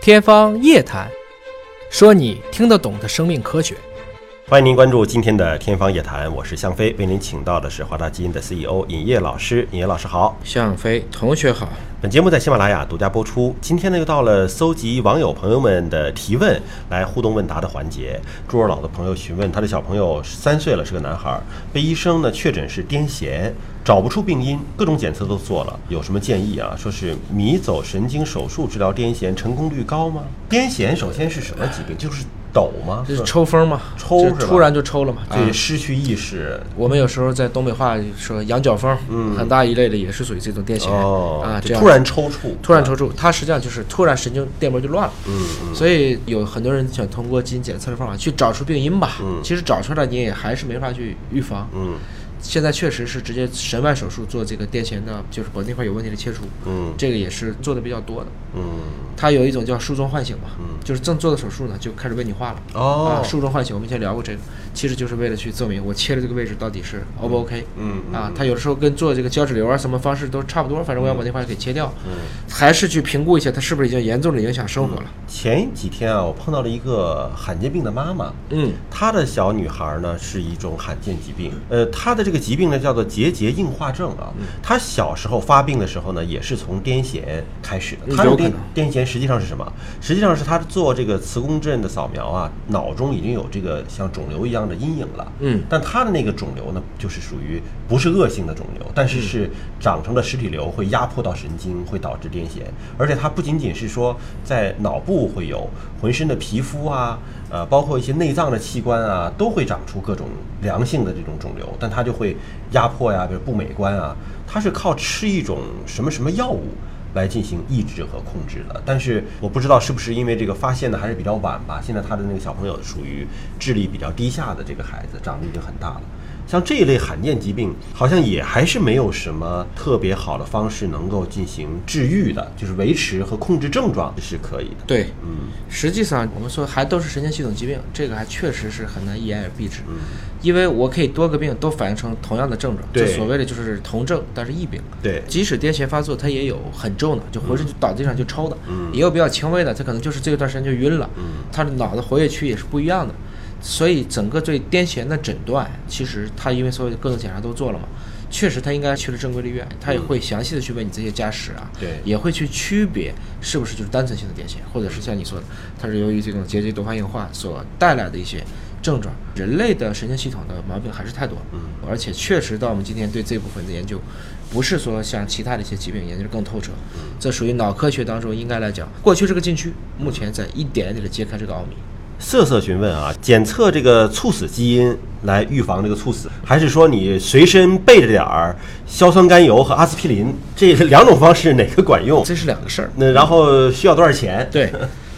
天方夜谭，说你听得懂的生命科学。欢迎您关注今天的《天方夜谭》，我是向飞，为您请到的是华大基因的 CEO 尹烨老师。尹烨老师好，向飞同学好。本节目在喜马拉雅独家播出。今天呢，又到了搜集网友朋友们的提问来互动问答的环节。朱二老的朋友询问他的小朋友三岁了，是个男孩，被医生呢确诊是癫痫，找不出病因，各种检测都做了，有什么建议啊？说是迷走神经手术治疗癫痫成功率高吗？癫痫首先是什么疾病？就是抖吗？就是吧抽风嘛，抽就是吧啊突然就抽了嘛。对，失去意识，我们有时候在东北话说羊角风，很大一类的也是属于这种癫痫哦，啊，就这样突然抽搐，突然抽搐，它实际上就是突然神经电波就乱了。嗯，所以有很多人想通过基因检测的方法去找出病因吧。嗯，其实找出来你也还是没法去预防。嗯，现在确实是直接神外手术做这个癫痫的，就是脖子那块有问题的切除。嗯这个也是做的比较多的。嗯，它有一种叫术中唤醒嘛，就是正做的手术呢，就开始为你画了。啊，哦术中唤醒，我们以前聊过这个，其实就是为了去证明我切的这个位置到底是 O 不 OK。嗯嗯啊，它有的时候跟做这个胶质瘤啊什么方式都差不多，反正我要把那块给切掉。嗯，还是去评估一下它是不是已经严重的影响生活了。前几天啊，我碰到了一个罕见病的妈妈，嗯，她的小女孩呢是一种罕见疾病，呃，她的这个疾病呢叫做结节硬化症啊。嗯她小时候发病的时候呢，也是从癫痫开始的。嗯她的有可癫能癫痫实际上是什么？实际上是她做这个磁共振的扫描啊，脑中已经有这个像肿瘤一样的阴影了。嗯但她的那个肿瘤呢，就是属于不是恶性的肿瘤，但是是长成了实体瘤，会压迫到神经，会导致癫痫。而且它不仅仅是说在脑部会有，浑身的皮肤啊，呃，包括一些内脏的器官啊，都会长出各种良性的这种肿瘤，但它就会压迫呀、比如不美观啊。它是靠吃一种什么什么药物。来进行抑制和控制的，但是我不知道是不是因为这个发现的还是比较晚吧。现在他的那个小朋友属于智力比较低下的这个孩子，长得已经很大了。像这一类罕见疾病，好像也还是没有什么特别好的方式能够进行治愈的，就是维持和控制症状是可以的。对，嗯实际上我们说还都是神经系统疾病，这个还确实是很难一言而蔽嗯之，因为我可以多个病都反映成同样的症状，对就所谓的就是同症，但是异病。对嗯即使癫痫发作，它也有很重的，就浑身就倒地上就抽的，也有比较轻微的，它可能就是这段时间就晕了，嗯他的脑的活跃区也是不一样的，所以整个对癫痫的诊断，其实他因为所有的各种检查都做了嘛。确实，他应该去了正规的医院，他嗯也会详细的去问你这些家史啊，对也会去区别是不是就是单纯性的癫痫，或者是像你说的，它是由于这种结节多发硬化所带来的一些症状。人类的神经系统的毛病还是太多了，嗯，而且确实到我们今天对这部分的研究，不是说像其他的一些疾病研究得更透彻，这属于脑科学当中应该来讲，过去是个禁区，目前在一点一点的揭开这个奥秘。瑟瑟询问啊，检测这个猝死基因来预防这个猝死，还是说你随身备着点儿硝酸甘油和阿司匹林这两种方式哪个管用？这是两个事儿，那然后需要多少钱？嗯对，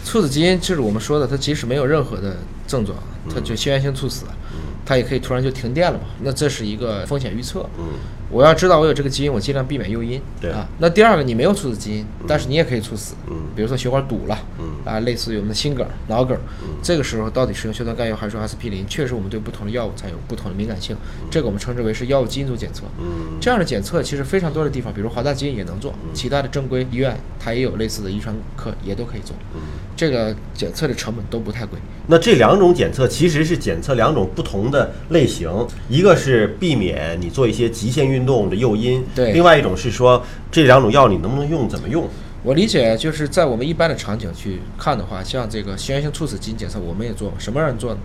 猝死基因就是我们说的，它即使没有任何的症状，它就先源性猝死，它也可以突然就停电了嘛。那这是一个风险预测。嗯，我要知道我有这个基因，我尽量避免诱因。对啊，那第二个你没有猝死基因，但是你也可以猝死。嗯比如说血管堵了，啊，类似于我们的心梗、脑梗，嗯这个时候到底使用硝酸甘油还是阿司匹林？确实，我们对不同的药物才有不同的敏感性，这个我们称之为是药物基因组检测。嗯这样的检测其实非常多的地方，比如华大基因也能做，其他的正规医院它也有类似的遗传科也都可以做。嗯这个检测的成本都不太贵。那这两种检测其实是检测两种不同的类型，一个是避免你做一些极限运动的诱因，对另外一种是说这两种药你能不能用，怎么用？我理解就是在我们一般的场景去看的话，像这个心源性猝死基因检测，我们也做嘛，什么让人做呢？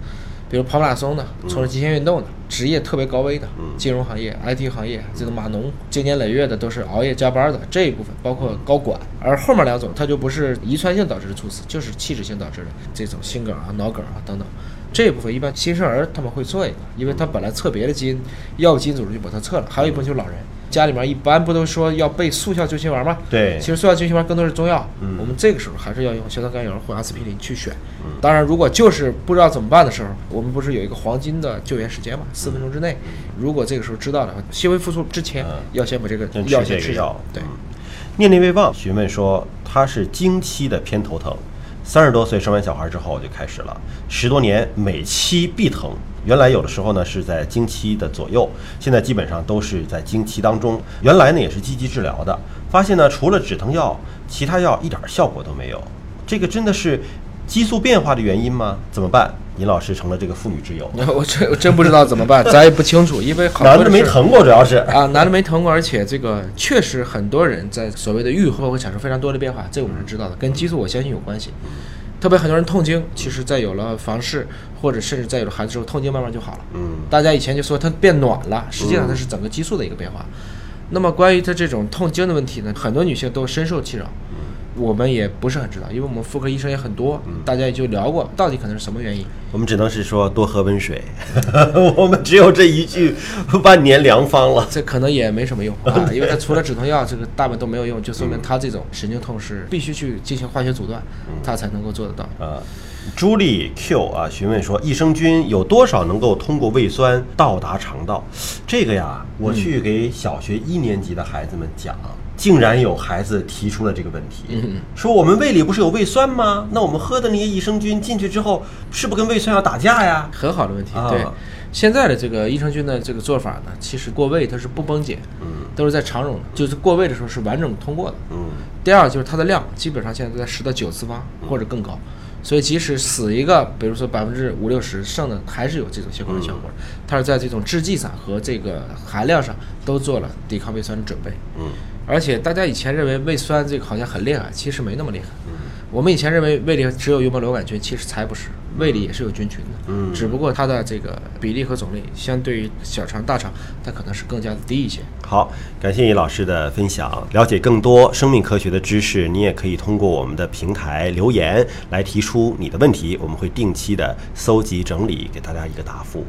比如跑马拉松的，从事极限运动的，职业特别高危的，金融行业、IT 行业，这种码农，经年累月的都是熬夜加班的这一部分，包括高管。而后面两种，它就不是遗传性导致的猝死，就是器质性导致的这种心梗啊、脑梗啊等等。这一部分一般新生儿他们会做一个，因为他本来测别的基因，药物基因组就把它测了。还有一部分就是老人，家里面一般不都说要备速效救心丸吗？对其实塑料救心丸更多是中药，嗯我们这个时候还是要用硝酸甘油或阿司匹林去选。嗯当然，如果就是不知道怎么办的时候，我们不是有一个黄金的救援时间嘛，四分钟之内。如果这个时候知道了，细微复苏之前嗯要先把这个先吃药这先个吃药掉。对，念念未忘询问说，他是经期的偏头疼，三十多岁生完小孩之后就开始了，十多年每期必疼。原来有的时候呢是在经期的左右，现在基本上都是在经期当中。原来呢也是积极治疗的，发现呢除了止疼药，其他药一点效果都没有。这个真的是激素变化的原因吗？怎么办？尹老师成了这个妇女之友， 我真我真不知道怎么办，咱也不清楚，因为好多嗯男的没事儿疼过，主要是。啊，男的没疼过，而且这个确实很多人在所谓的愈合会产生非常多的变化，这个我们是知道的，跟激素我相信有关系。特别很多人痛经，其实在有了房事或者甚至在有了孩子之后，痛经慢慢就好了。嗯，大家以前就说它变暖了，实际上它是整个激素的一个变化。那么关于它这种痛经的问题呢，很多女性都深受其扰。我们也不是很知道，因为我们妇科医生也很多，大家也就聊过到底可能是什么原因。我们只能是说多喝温水， 我们只有这一句万年良方了。这可能也没什 么用啊，因为它除了止痛药，这个大部分都没有用，就说明它这种神经痛是必须去进行化学阻断，嗯它才能够做得到。啊，朱莉 Q 啊询问说，益生菌有多少能够通过胃酸到达肠道？这个呀，我去给小学一年级的孩子们讲，竟然有孩子提出了这个问题，说我们胃里不是有胃酸吗？那我们喝的那些益生菌进去之后，是不是跟胃酸要打架呀？很好的问题，啊对。现在的这个益生菌的这个做法呢，其实过胃它是不崩解，都是在肠溶的，就是过胃的时候是完整通过的。嗯第二就是它的量基本上现在都在十到九次方或者更高，所以即使死一个，比如说百分之五六十剩的，还是有这种血管的效果。嗯它是在这种制剂上和这个含量上都做了抵抗胃酸的准备。嗯而且大家以前认为胃酸这个好像很厉害，其实没那么厉害。我们以前认为胃里只有幽门螺杆菌，其实才不是，胃里也是有菌群的，嗯只不过它的这个比例和种类相对于小肠、大肠，它可能是更加的低一些。好，感谢尹老师的分享。了解更多生命科学的知识，你也可以通过我们的平台留言来提出你的问题，我们会定期的搜集整理，给大家一个答复。